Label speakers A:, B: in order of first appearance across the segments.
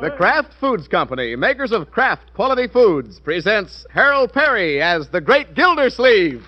A: The Kraft Foods Company, makers of Kraft quality foods, presents Harold Perry as the Great Gildersleeve.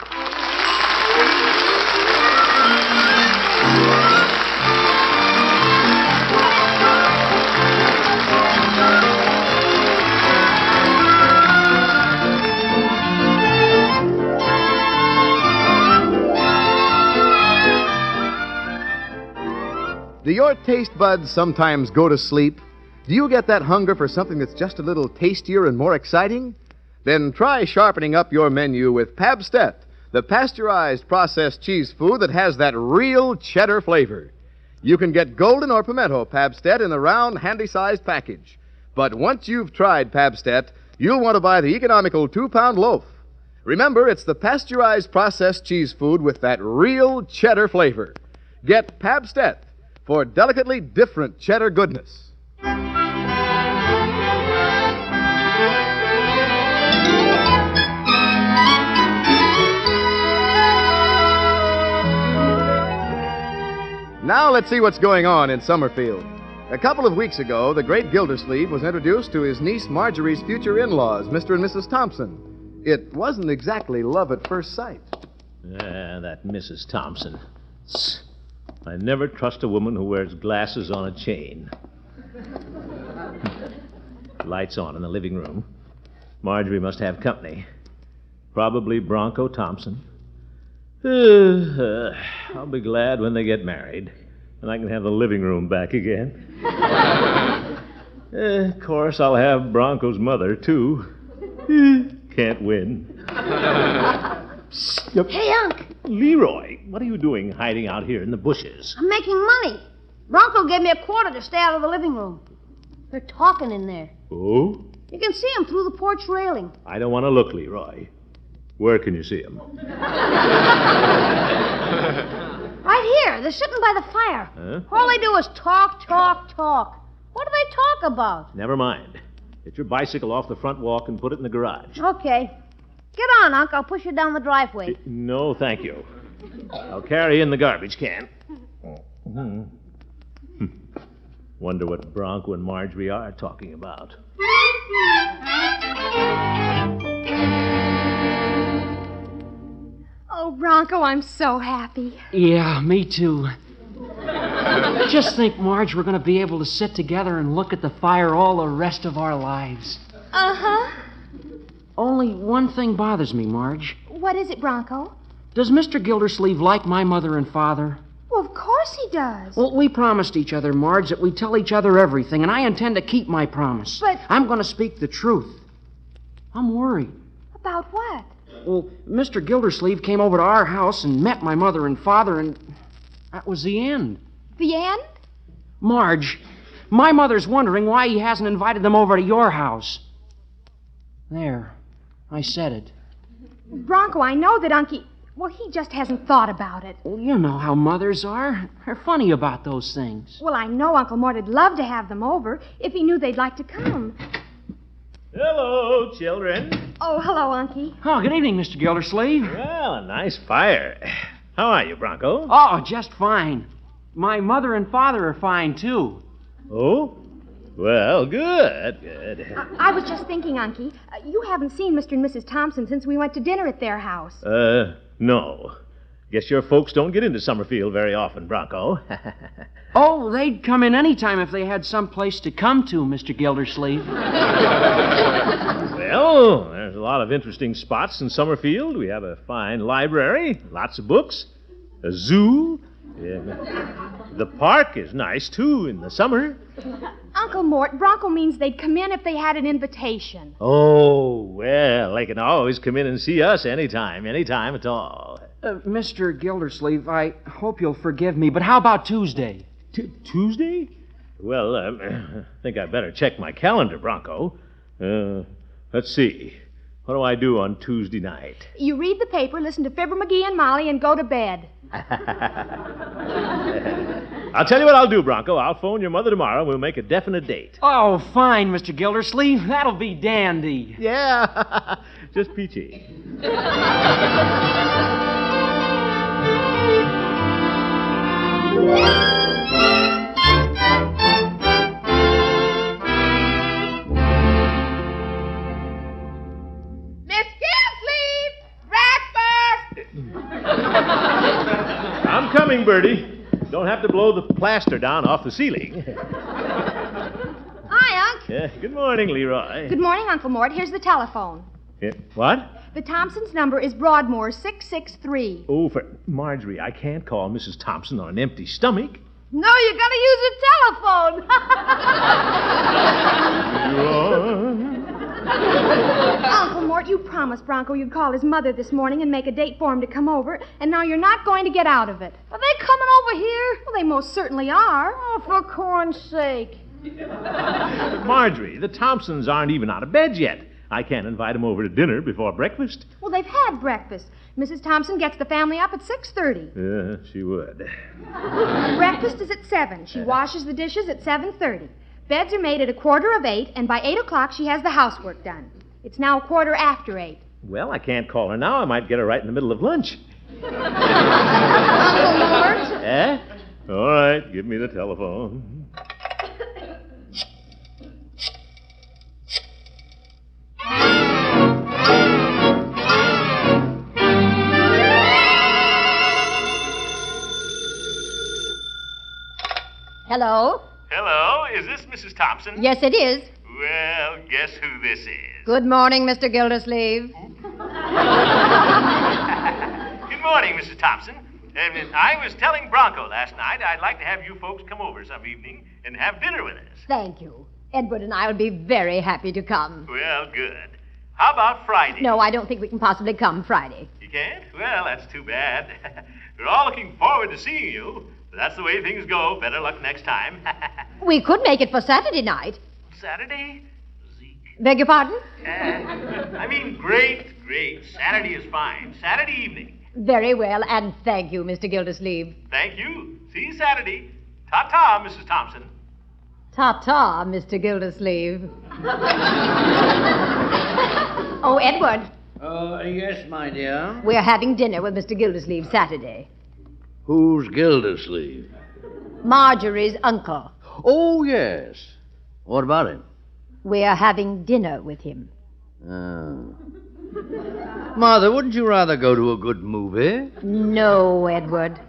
A: Do your taste buds sometimes go to sleep? Do you get that hunger for something that's just a little tastier and more exciting? Then try sharpening up your menu with Pabstet, the pasteurized processed cheese food that has that real cheddar flavor. You can get golden or pimento Pabstet in a round, handy sized package. But once you've tried Pabstet, you'll want to buy the economical two pound loaf. Remember, it's the pasteurized processed cheese food with that real cheddar flavor. Get Pabstet for delicately different cheddar goodness. Now let's see what's going on in Summerfield. A couple of weeks ago, the great Gildersleeve was introduced to his niece Marjorie's future in laws, Mr. and Mrs. Thompson. It wasn't exactly love at first sight.
B: Ah, that Mrs. Thompson. Tss. I never trust a woman who wears glasses on a chain. Lights on in the living room. Marjorie must have company. Probably Bronco Thompson. Uh, I'll be glad when they get married, and I can have the living room back again. Uh, of course, I'll have Bronco's mother, too. Uh, Can't win. Yep.
C: Hey, Unc,
B: Leroy, what are you doing hiding out here in the bushes?
C: I'm making money. Bronco gave me a quarter to stay out of the living room. They're talking in there.
B: Oh?
C: You can see 'em through the porch railing.
B: I don't want to look, Leroy. Where can you see him?
C: Right here. They're sitting by the fire.
B: Huh?
C: All they do is talk, talk, talk. What do they talk about?
B: Never mind. Get your bicycle off the front walk and put it in the garage.
C: Okay. Get on, Unc. I'll push you down the driveway.
B: No, thank you. I'll carry in the garbage can. Hmm. Wonder what Bronco and Marjorie are talking about.
D: Oh, Bronco, I'm so happy.
E: Yeah, me too. Just think, Marge, we're going to be able to sit together and look at the fire all the rest of our lives.
D: Uh huh.
E: Only one thing bothers me, Marge.
D: What is it, Bronco?
E: Does Mr. Gildersleeve like my mother and father?
D: Well, of course he does.
E: Well, we promised each other, Marge, that we'd tell each other everything, and I intend to keep my promise.
D: But-
E: I'm going to speak the truth. I'm worried.
D: About what?
E: Well, Mr. Gildersleeve came over to our house and met my mother and father, and that was the end.
D: The end?
E: Marge, my mother's wondering why he hasn't invited them over to your house. There, I said it.
D: Bronco, I know that Unky. Well, he just hasn't thought about it.
E: Well, you know how mothers are. They're funny about those things.
D: Well, I know Uncle Mort'd love to have them over if he knew they'd like to come.
B: Hello, children.
D: Oh, hello, Unky.
E: Oh, good evening, Mr. Gildersleeve.
B: Well, a nice fire. How are you, Bronco?
E: Oh, just fine. My mother and father are fine, too.
B: Oh? Well, good,
E: Uh,
B: good.
D: I was just thinking, Unky, uh, you haven't seen Mr. and Mrs. Thompson since we went to dinner at their house.
B: Uh, no. Guess your folks don't get into Summerfield very often, Bronco.
E: Oh, they'd come in any time if they had some place to come to, Mr. Gildersleeve. Uh,
B: Well, there's a lot of interesting spots in Summerfield. We have a fine library, lots of books, a zoo. yeah. The park is nice, too, in the summer.
D: Uncle Mort, Bronco means they'd come in if they had an invitation.
B: Oh, well, they can always come in and see us anytime, anytime at all.
E: Uh, Mr. Gildersleeve, I hope you'll forgive me, but how about Tuesday?
B: T- Tuesday? Well, um, I think I better check my calendar, Bronco. Uh, let's see. What do I do on Tuesday night?
D: You read the paper, listen to Fibber McGee and Molly, and go to bed.
B: I'll tell you what I'll do, Bronco. I'll phone your mother tomorrow and we'll make a definite date.
E: Oh, fine, Mr. Gildersleeve. That'll be dandy.
B: Yeah, just peachy. Bertie. Don't have to blow the plaster down off the ceiling.
D: Hi, Unc.
B: Yeah, good morning, Leroy.
D: Good morning, Uncle Mort. Here's the telephone.
B: Yeah, what?
D: The Thompson's number is Broadmoor 663.
B: Oh, for Marjorie, I can't call Mrs. Thompson on an empty stomach.
D: No, you gotta use the telephone. Uncle Mort, you promised Bronco you'd call his mother this morning and make a date for him to come over, and now you're not going to get out of it. Are they coming over here? Well, they most certainly are.
C: Oh, for corn's sake.
B: Marjorie, the Thompsons aren't even out of bed yet. I can't invite them over to dinner before breakfast.
D: Well, they've had breakfast. Mrs. Thompson gets the family up at 6:30.
B: Yeah, she would.
D: Breakfast is at 7. She washes the dishes at 7:30. Beds are made at a quarter of 8, and by 8 o'clock she has the housework done. It's now a quarter after 8.
B: Well, I can't call her now. I might get her right in the middle of lunch.
D: Uncle Mort,
B: Eh? All right, give me the telephone.
C: Hello?
F: Hello, is this Mrs. Thompson?
C: Yes, it is.
F: Well, guess who this is?
C: Good morning, Mr. Gildersleeve.
F: Good morning, Mrs. Thompson. Um, I was telling Bronco last night I'd like to have you folks come over some evening and have dinner with us.
C: Thank you. Edward and I would be very happy to come.
F: Well, good. How about Friday?
C: No, I don't think we can possibly come Friday.
F: You can't? Well, that's too bad. We're all looking forward to seeing you. But that's the way things go. Better luck next time.
C: We could make it for Saturday night.
F: Saturday? Zeke.
C: Beg your pardon?
F: Uh, I mean, great, great. Saturday is fine. Saturday evening.
C: Very well, and thank you, Mr. Gildersleeve.
F: Thank you. See you Saturday. Ta ta, Mrs. Thompson.
C: Ta ta, Mr. Gildersleeve. oh, Edward,
G: Oh, yes, my dear.
C: we're having dinner with Mr. Gildersleeve Saturday.
G: Who's Gildersleeve?
C: Marjorie's uncle.
G: Oh, yes. What about him?
C: We're having dinner with him.
G: Oh. Mother, wouldn't you rather go to a good movie?
C: No, Edward.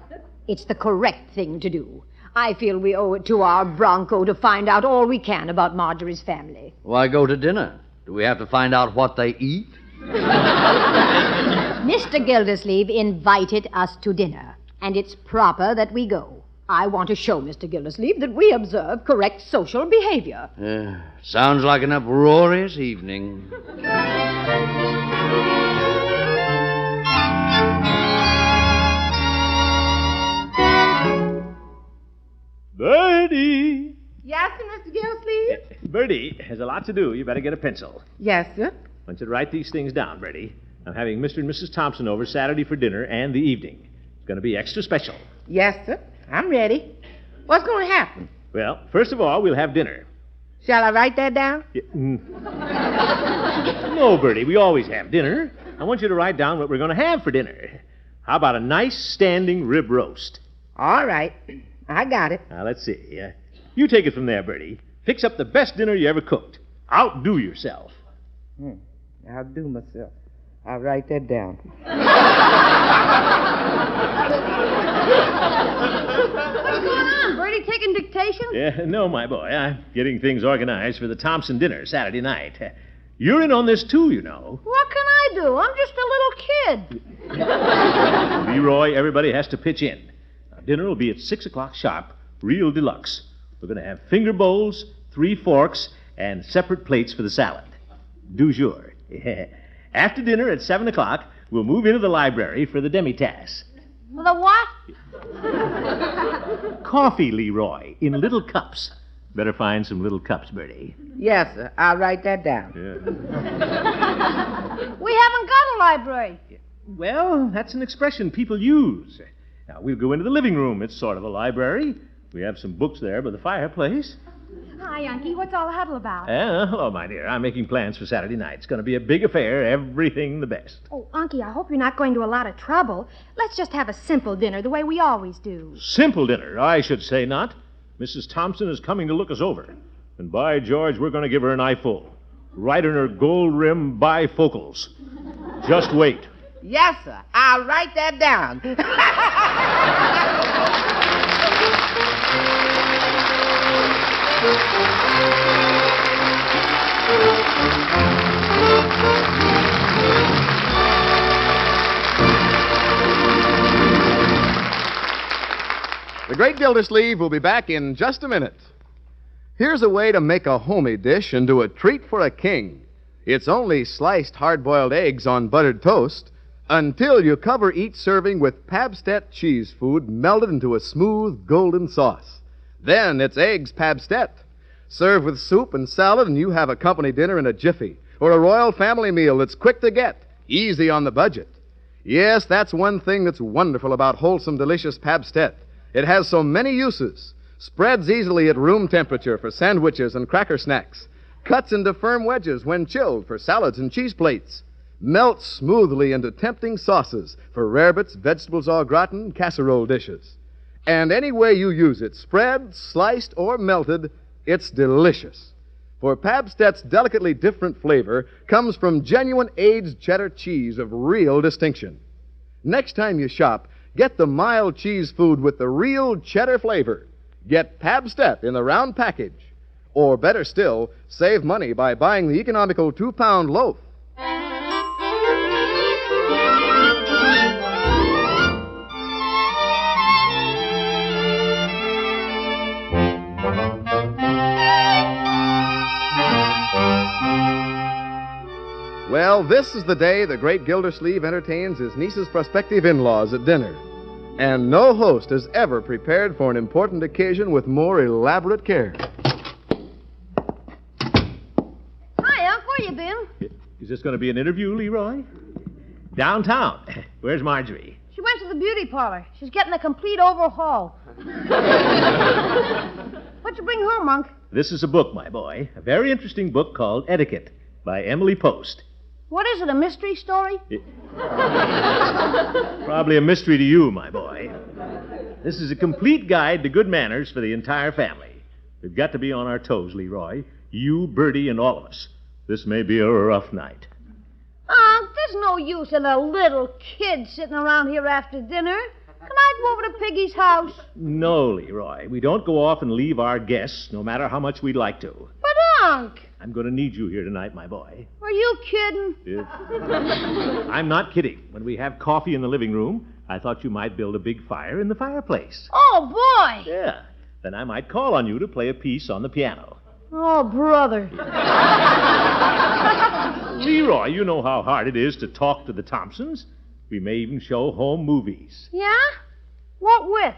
C: It's the correct thing to do. I feel we owe it to our Bronco to find out all we can about Marjorie's family.
G: Why go to dinner? Do we have to find out what they eat?
C: Mr. Gildersleeve invited us to dinner, and it's proper that we go. I want to show Mr. Gildersleeve that we observe correct social behavior.
G: Uh, sounds like an uproarious evening.
B: Bertie!
D: Yes, Mr. Gildersleeve?
B: Bertie has a lot to do. You better get a pencil.
H: Yes, sir.
B: I want you to write these things down, Bertie. I'm having Mr. and Mrs. Thompson over Saturday for dinner and the evening. It's going to be extra special.
H: Yes, sir. I'm ready. What's going to happen?
B: Well, first of all, we'll have dinner.
H: Shall I write that down?
B: Yeah, mm. no, Bertie, we always have dinner. I want you to write down what we're going to have for dinner. How about a nice standing rib roast?
H: All right. I got it.
B: Now, let's see. Uh, you take it from there, Bertie. Fix up the best dinner you ever cooked. Outdo yourself.
H: I'll do myself. I'll write that down.
D: Come on, Bertie taking dictation?
B: Yeah, no, my boy. I'm getting things organized for the Thompson dinner Saturday night. You're in on this, too, you know.
C: What can I do? I'm just a little kid.
B: Leroy, everybody has to pitch in. Now, dinner will be at 6 o'clock sharp, real deluxe. We're going to have finger bowls, three forks, and separate plates for the salad. Du jour. After dinner at 7 o'clock, we'll move into the library for the demi-tasse.
C: The what?
B: Coffee, Leroy, in little cups. Better find some little cups, Bertie.
H: Yes, sir. I'll write that down.
C: We haven't got a library.
B: Well, that's an expression people use. Now, we'll go into the living room. It's sort of a library. We have some books there by the fireplace.
D: Hi, Unky. What's all the huddle about?
B: Uh, hello, my dear. I'm making plans for Saturday night. It's going to be a big affair. Everything the best.
D: Oh, Unky, I hope you're not going to a lot of trouble. Let's just have a simple dinner the way we always do.
B: Simple dinner, I should say not. Mrs. Thompson is coming to look us over. And by George, we're going to give her an eyeful. Right in her gold rim bifocals. Just wait.
H: Yes, sir. I'll write that down.
A: The Great Gildersleeve will be back in just a minute. Here's a way to make a homey dish into a treat for a king. It's only sliced hard boiled eggs on buttered toast until you cover each serving with Pabstet cheese food melted into a smooth golden sauce. Then it's eggs Pabstet. Serve with soup and salad, and you have a company dinner in a jiffy or a royal family meal that's quick to get, easy on the budget. Yes, that's one thing that's wonderful about wholesome, delicious Pabstet. It has so many uses. Spreads easily at room temperature for sandwiches and cracker snacks. Cuts into firm wedges when chilled for salads and cheese plates. Melts smoothly into tempting sauces for rarebits, vegetables au gratin, casserole dishes. And any way you use it, spread, sliced, or melted, it's delicious. For Pabstet's delicately different flavor comes from genuine aged cheddar cheese of real distinction. Next time you shop, get the mild cheese food with the real cheddar flavor. Get Pabstet in the round package. Or better still, save money by buying the economical two pound loaf. Well, this is the day the great Gildersleeve entertains his niece's prospective in laws at dinner. And no host is ever prepared for an important occasion with more elaborate care.
D: Hi, Unc. Where you been?
B: Is this going to be an interview, Leroy? Downtown. Where's Marjorie?
D: She went to the beauty parlor. She's getting a complete overhaul. What'd you bring home, Unc?
B: This is a book, my boy. A very interesting book called Etiquette by Emily Post.
D: What is it, a mystery story?
B: Probably a mystery to you, my boy. This is a complete guide to good manners for the entire family. We've got to be on our toes, Leroy. You, Bertie, and all of us. This may be a rough night.
D: Unc, there's no use in a little kid sitting around here after dinner. Can I go over to Piggy's house?
B: No, Leroy. We don't go off and leave our guests, no matter how much we'd like to.
D: But, Unc,
B: I'm going to need you here tonight, my boy.
D: are you kidding?
B: If- I'm not kidding. When we have coffee in the living room, I thought you might build a big fire in the fireplace.
D: Oh, boy!
B: Yeah. Then I might call on you to play a piece on the piano.
D: Oh, brother.
B: Leroy, you know how hard it is to talk to the Thompsons. We may even show home movies.
D: Yeah? What with?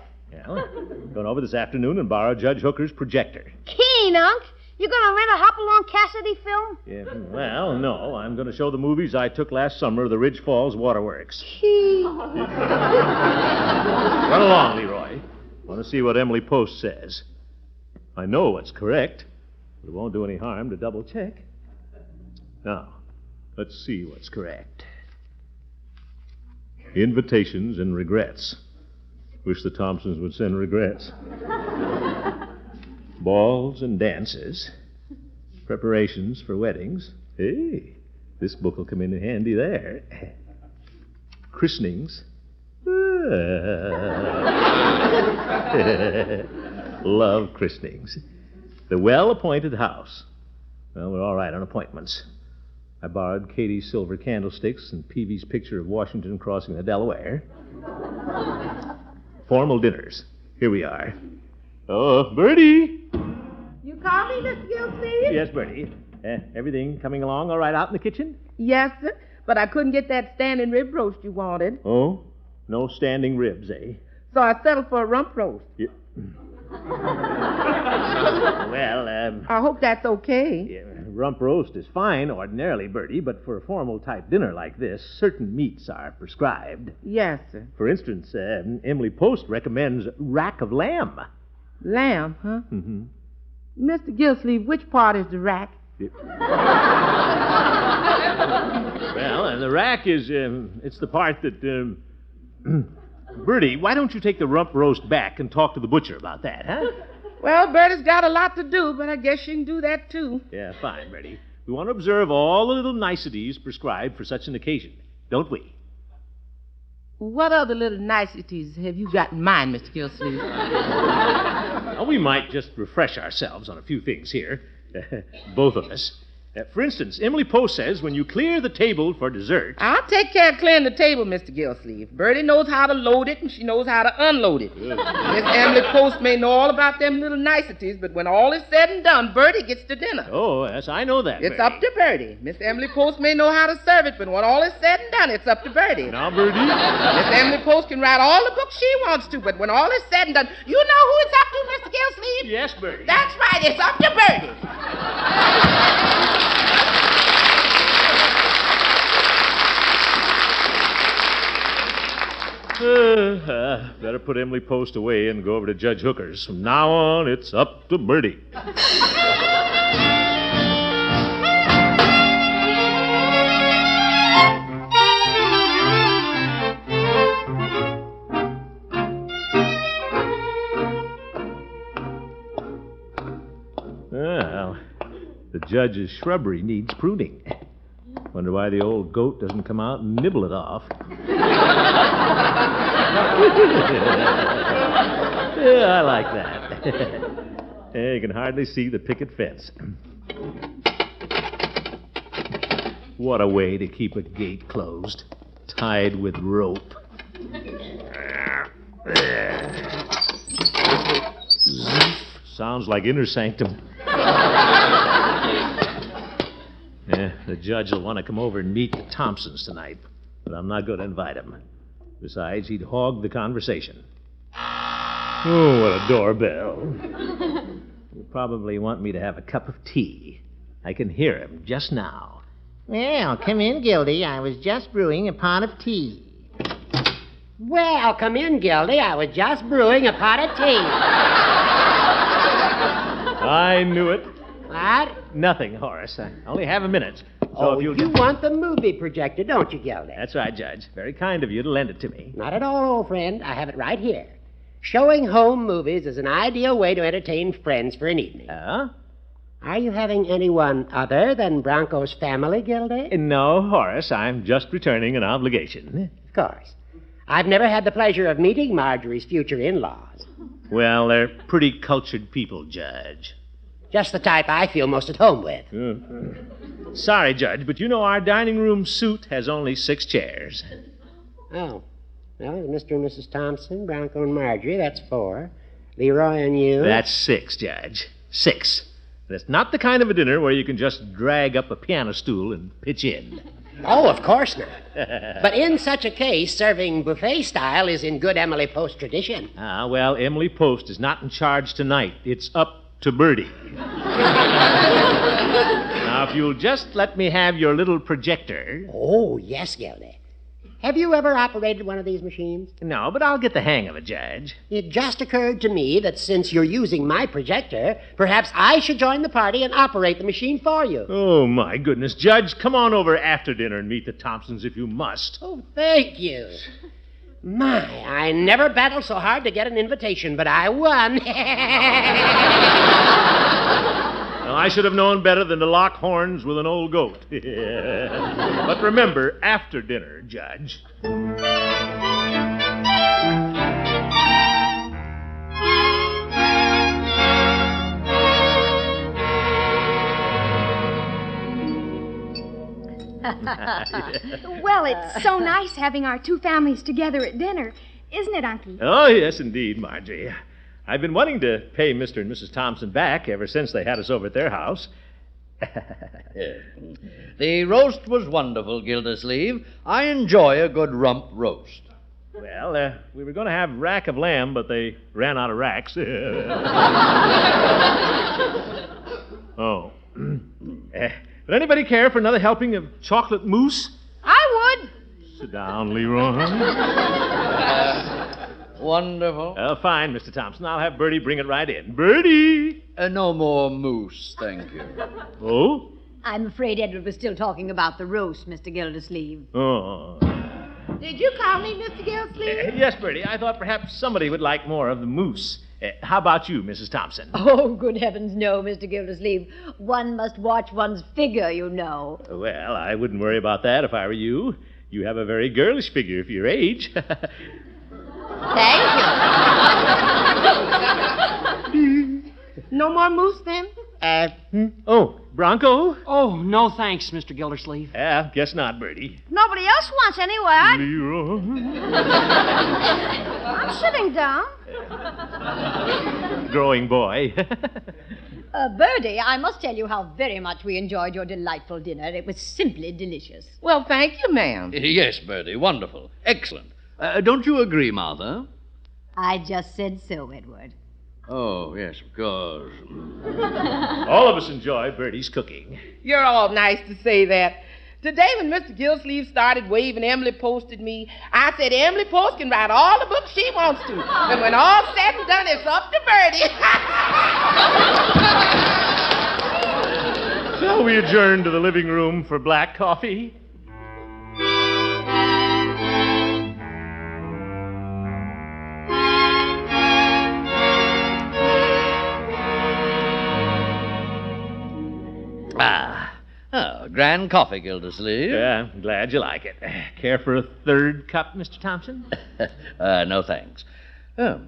B: Well, going over this afternoon and borrow Judge Hooker's projector.
D: Keen, Unc. You gonna rent a Hopalong Cassidy film?
B: Yeah, well, no, I'm going to show the movies I took last summer of the Ridge Falls Waterworks. Run along, Leroy. Want to see what Emily Post says. I know what's correct, but it won't do any harm to double check. Now, let's see what's correct. Invitations and regrets. Wish the Thompsons would send regrets. Balls and dances. Preparations for weddings. Hey, this book will come in handy there. Christenings. Love christenings. The well appointed house. Well, we're all right on appointments. I borrowed Katie's silver candlesticks and Peavy's picture of Washington crossing the Delaware. Formal dinners. Here we are. Oh, Bertie!
D: You call me, Miss Gilsey?
B: Yes, Bertie. Uh, everything coming along all right out in the kitchen?
H: Yes, sir. But I couldn't get that standing rib roast you wanted,
B: Oh, no standing ribs, eh?
H: so I settled for a rump roast.
B: Well, um,
H: I hope that's okay.
B: yeah, rump roast is fine ordinarily, Bertie, but for a formal type dinner like this, certain meats are prescribed.
H: Yes, sir.
B: For instance, um, Emily Post recommends rack of lamb.
H: Lamb, huh?
B: Hmm.
H: Mm-hmm. Mr. Gilsleeve, which part is the rack?
B: Well, and the rack is um, it's the part that. Um, Bertie, why don't you take the rump roast back and talk to the butcher about that, huh?
H: Well, Bertie's got a lot to do, but I guess she can do that too.
B: Yeah, fine, Bertie. We want to observe all the little niceties prescribed for such an occasion, don't we?
H: What other little niceties have you got in mind, Mr. Gilsleeve?
B: Now, we might just refresh ourselves on a few things here, both of us. Uh, for instance, Emily Poe says when you clear the table for dessert,
H: I'll take care of clearing the table, Mr. Gilsleeve. Bertie knows how to load it, and she knows how to unload it. Miss Emily Post may know all about them little niceties, but when all is said and done, Bertie gets to dinner.
B: oh, yes, I know that.
H: It's
B: Bertie.
H: up to Bertie. Miss Emily Post may know how to serve it, but when all is said and done, it's up to Bertie.
B: Now, Bertie.
H: Miss Emily Post can write all the books she wants to, but when all is said and done, you know who it's up to, Mr. Gilsleeve?
B: yes, Bertie.
H: That's right, it's up to Bertie.
B: Uh, uh, better put Emily Post away and go over to Judge Hooker's. From now on, it's up to Bertie. Well, the judge's shrubbery needs pruning. Wonder why the old goat doesn't come out and nibble it off. Yeah, I like that. yeah, you can hardly see the picket fence. What a way to keep a gate closed, tied with rope. Sounds like inner sanctum. Yeah, the judge will want to come over and meet the Thompsons tonight, but I'm not going to invite him. Besides, he'd hog the conversation. Oh, what a doorbell. He'll probably want me to have a cup of tea. I can hear him just now.
I: Well, come in, Gildy. I was just brewing a pot of tea. Well, come in, Gildy. I was just brewing a pot of tea.
B: I knew it.
I: What?
B: Nothing, Horace. I only have a minute. So
I: oh,
B: if
I: you
B: you'll
I: want the movie projector, don't you, Gildy?
B: That's right, Judge. Very kind of you to lend it to me.
I: Not at all, old friend. I have it right here. Showing home movies is an ideal way to entertain friends for an evening.
B: Huh?
I: Are you having anyone other than Bronco's family, Gildy?
B: No, Horace, I'm just returning an obligation.
I: Of course. I've never had the pleasure of meeting Marjorie's future in laws.
B: Well, they're pretty cultured people, Judge.
I: Just the type I feel most at home with.
B: Mm-hmm. Sorry, Judge, but you know our dining room suite has only six chairs.
I: Oh. Well, Mr. and Mrs. Thompson, Bronco and Marjorie, that's four. Leroy and you.
B: That's six, Judge. Six. That's not the kind of a dinner where you can just drag up a piano stool and pitch in.
I: Oh, of course not. but in such a case, serving buffet style is in good Emily Post tradition.
B: Ah, well, Emily Post is not in charge tonight. It's up to Bertie. now, if you'll just let me have your little projector.
I: Oh, yes, Gildy. Have you ever operated one of these machines?
B: No, but I'll get the hang of it, Judge.
I: It just occurred to me that since you're using my projector, perhaps I should join the party and operate the machine for you.
B: Oh, my goodness. Judge, come on over after dinner and meet the Thompsons if you must.
I: Oh, thank you. My, I never battled so hard to get an invitation, but I won.
B: Now, I should have known better than to lock horns with an old goat. but remember, after dinner, Judge.
D: Well, it's so nice having our two families together at dinner, isn't it, Unky?
B: Oh, yes, indeed, Margie. I've been wanting to pay Mr. and Mrs. Thompson back ever since they had us over at their house.
G: The roast was wonderful, Gildersleeve. I enjoy a good rump roast.
B: Well, uh, we were going to have rack of lamb, but they ran out of racks. oh. Eh, Would anybody care for another helping of chocolate mousse?
D: I would.
B: Sit down, Leroy.
G: Uh, Wonderful.
B: uh, fine, Mr. Thompson. I'll have Bertie bring it right in. Bertie!
G: Uh, no more moose, thank you.
B: Oh?
C: I'm afraid Edward was still talking about the roast, Mr. Gildersleeve.
B: Oh.
H: Did you call me, Mr. Gilsleeve?
B: Eh, yes, Bertie. I thought perhaps somebody would like more of the mousse. Eh, how about you, Mrs. Thompson?
C: Oh, good heavens, no, Mr. Gildersleeve. One must watch one's figure, you know.
B: Well, I wouldn't worry about that if I were you. You have a very girlish figure for your age.
H: No more moose then?
B: uh, oh, Bronco?
E: Oh, no thanks, Mr. Gildersleeve.
B: Yeah, guess not, Bertie.
D: Nobody else wants anyway. I...
B: Leroy.
D: I'm sitting down.
B: Growing boy.
C: Uh, Birdie, I must tell you how very much we enjoyed your delightful dinner. It was simply delicious.
H: Well, thank you, ma'am.
G: Yes, Bertie, wonderful. Excellent. Uh, don't you agree, Martha?
C: I just said so, Edward.
G: Oh, yes, of course.
B: All of us enjoy Bertie's cooking.
H: You're all nice to say that. Today, when Mr. Gilsleeve started waving, Emily posted me. I said, Emily Post can write all the books she wants to. And when all's said and done, it's up to Bertie.
B: Shall we adjourn to the living room for black coffee?
G: Ah. Oh, grand coffee, Gildersleeve.
B: Yeah, I'm glad you like it. Care for a third cup, Mr. Thompson?
G: uh, no thanks. Oh.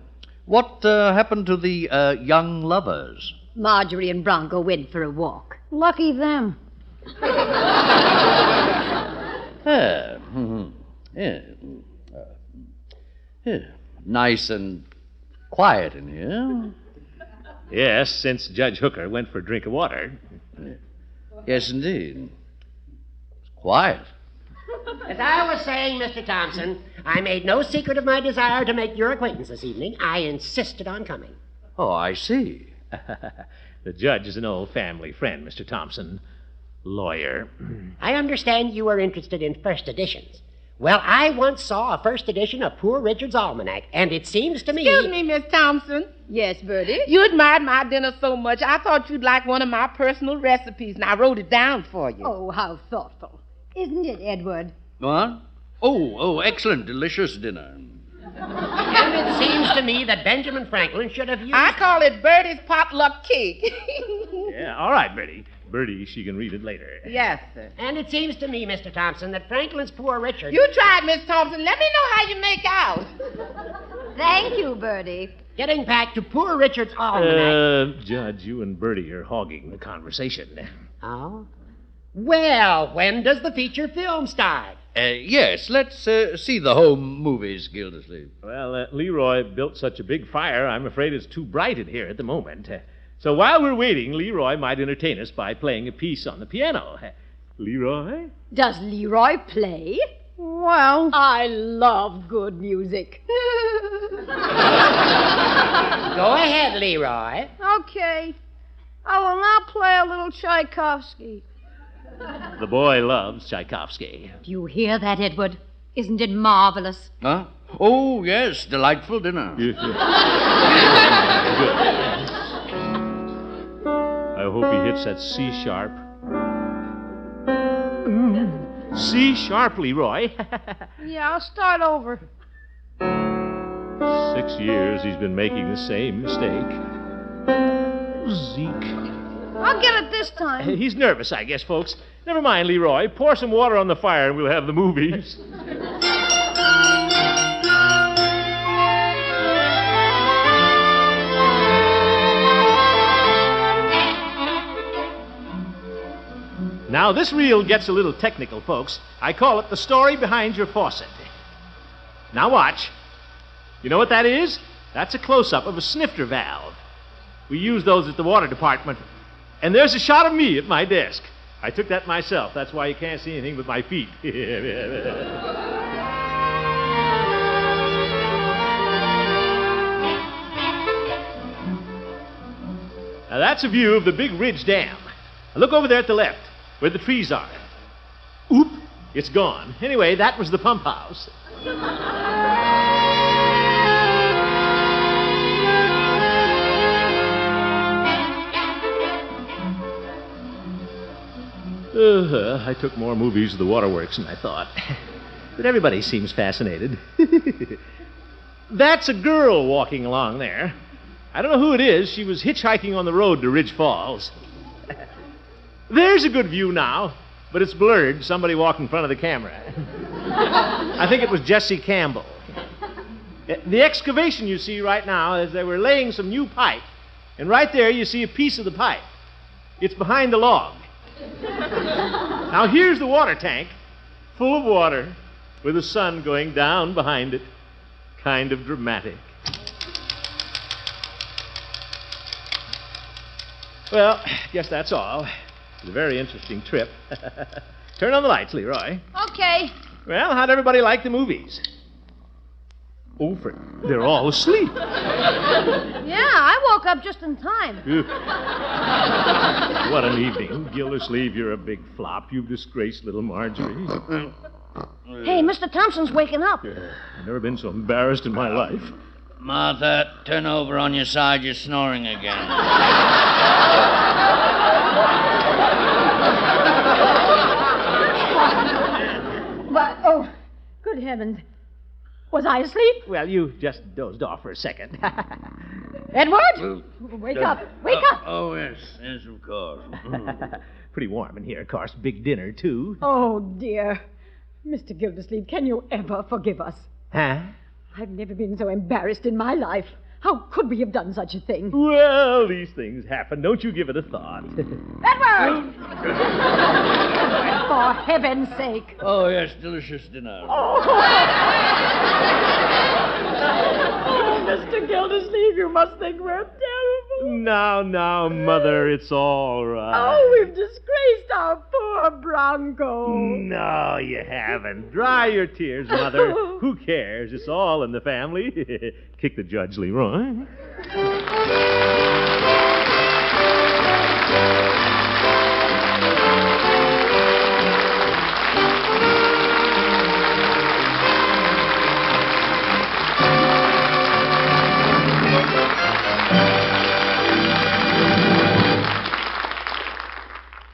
G: What uh, happened to the uh, young lovers?
C: Marjorie and Bronco went for a walk. Lucky them.
G: Ah, mhm. yeah. Uh, yeah. Nice and quiet in here.
B: Yes, since Judge Hooker went for a drink of water.
G: Yes, indeed. It's quiet.
I: As I was saying, Mr. Thompson, I made no secret of my desire to make your acquaintance this evening. I insisted on coming.
G: Oh, I see.
B: the judge is an old family friend, Mr. Thompson. Lawyer.
I: I understand you are interested in first editions. Well, I once saw a first edition of Poor Richard's Almanac, and it seems to me.
H: Excuse me, Miss Thompson.
C: Yes, Bertie?
H: You admired my dinner so much, I thought you'd like one of my personal recipes, and I wrote it down for you.
C: Oh, how thoughtful. Isn't it, Edward?
G: What? Oh, oh, excellent, delicious dinner.
I: And it seems to me that Benjamin Franklin should have used.
H: I call it Bertie's potluck cake.
B: Yeah, all right, Bertie. Bertie, she can read it later.
H: yes, sir.
I: And it seems to me, Mr. Thompson, that Franklin's Poor Richard.
H: You tried, Miss Thompson. Let me know how you make out.
C: Thank you, Bertie.
I: Getting back to Poor Richard's Almanac.
B: Uh, Judge, you and Bertie are hogging the conversation.
I: oh? Well, when does the feature film start?
G: Uh, yes, let's uh, see the home movies, Gildersleeve.
B: Well, uh, Leroy built such a big fire, I'm afraid it's too bright in here at the moment. Uh, So while we're waiting, Leroy might entertain us by playing a piece on the piano. Uh, Leroy?
C: Does Leroy play? Well. I love good music.
I: Go ahead, Leroy.
D: Okay. I will now play a little Tchaikovsky.
B: The boy loves Tchaikovsky.
C: Do you hear that, Edward? Isn't it marvelous?
G: Huh? Oh, yes, delightful dinner.
B: I hope he hits that C sharp. C sharp, Leroy.
D: Yeah, I'll start over.
B: Six years he's been making the same mistake. Zeke.
D: I'll get it this time.
B: He's nervous, I guess, folks. Never mind, Leroy. Pour some water on the fire and we'll have the movies. Now, this reel gets a little technical, folks. I call it the story behind your faucet. Now, watch. You know what that is? That's a close up of a snifter valve. We use those at the water department. And there's a shot of me at my desk. I took that myself. That's why you can't see anything but my feet. now, that's a view of the Big Ridge Dam. Now look over there at the left, where the trees are. Oop, it's gone. Anyway, that was the pump house. Uh, I took more movies of the waterworks than I thought. But everybody seems fascinated. That's a girl walking along there. I don't know who it is. She was hitchhiking on the road to Ridge Falls. There's a good view now. but it's blurred. Somebody walked in front of the camera. I think it was Jesse Campbell. Uh, The excavation you see right now is they were laying some new pipe, and right there you see a piece of the pipe. It's behind the log. Now here's the water tank, full of water, with the sun going down behind it. Kind of dramatic. Well, guess that's all. It's a very interesting trip. Turn on the lights, Leroy.
J: Okay.
B: Well, how'd everybody like the movies? Oh, for, they're all asleep.
J: yeah, I woke up just in time.
B: Ugh, what an evening. Gildersleeve, you're a big flop. You've disgraced little Marjorie.
J: Hey, Mr. Thompson's waking up.
B: I've never been so embarrassed in my life.
G: Martha, turn over on your side. You're snoring again.
C: But, oh, good heavens. Was I asleep?
B: Well, you just dozed off for a second.
C: Edward? Wake up. Wake up.
B: Oh, yes, yes, of course. Mm. Pretty warm in here, of course. Big dinner, too.
C: Oh, dear. Mr. Gildersleeve, can you ever forgive us?
B: Huh?
C: I've never been so embarrassed in my life. How could we have done such a thing?
B: Well, these things happen. Don't you give it a thought.
C: Edward! For heaven's sake.
G: Oh, yes, delicious dinner.
K: Mr. Gildersleeve, you must think we're terrible.
B: now, now, Mother, it's all right.
K: Oh, we've disgraced our poor Bronco.
B: No, you haven't. Dry your tears, Mother. Who cares? It's all in the family. Kick the judge, Leroy.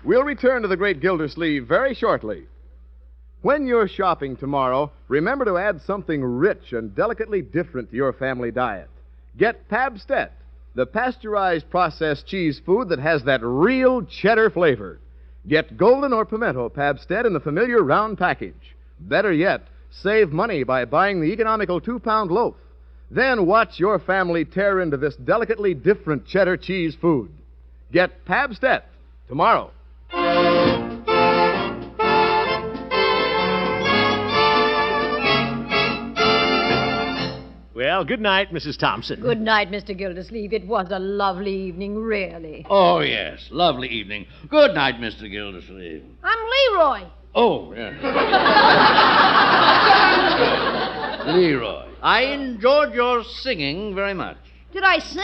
A: We'll return to the great Gildersleeve very shortly. When you're shopping tomorrow, remember to add something rich and delicately different to your family diet. Get Pabstet, the pasteurized processed cheese food that has that real cheddar flavor. Get golden or pimento Pabstet in the familiar round package. Better yet, save money by buying the economical two pound loaf. Then watch your family tear into this delicately different cheddar cheese food. Get Pabstet tomorrow.
B: Well, good night, Mrs. Thompson.
C: Good night, Mr. Gildersleeve. It was a lovely evening, really.
G: Oh, yes, lovely evening. Good night, Mr. Gildersleeve.
J: I'm Leroy.
G: Oh, yes. Leroy, I enjoyed your singing very much.
J: Did I sing?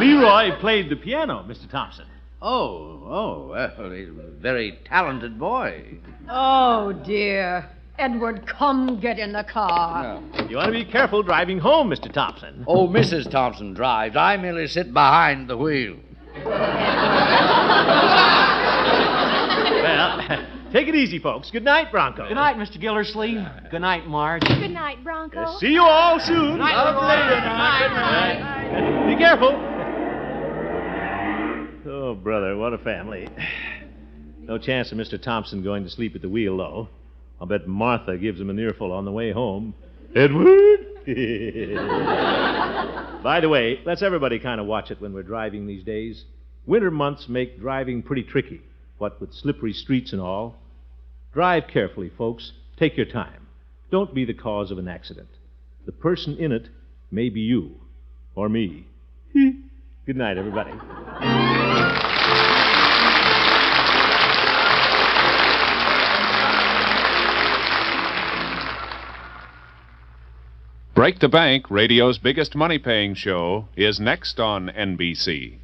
B: Leroy played the piano, Mr. Thompson.
G: Oh, oh, well, he's a very talented boy.
C: Oh, dear. Edward, come get in the car.
B: You ought to be careful driving home, Mr. Thompson.
G: Oh, Mrs. Thompson drives. I merely sit behind the wheel.
B: Well, take it easy, folks. Good night, Bronco.
E: Good night, Mr. Gildersleeve. Good night, Marge.
D: Good night, Bronco.
B: Uh, See you all soon.
E: Night, Leroy.
B: Good night. Be
E: Good
B: careful. Oh, brother, what a family. No chance of Mr. Thompson going to sleep at the wheel, though. I'll bet Martha gives him an earful on the way home. Edward? By the way, let's everybody kind of watch it when we're driving these days. Winter months make driving pretty tricky, what with slippery streets and all. Drive carefully, folks. Take your time. Don't be the cause of an accident. The person in it may be you or me. Good night, everybody.
L: Break the Bank, radio's biggest money paying show, is next on NBC.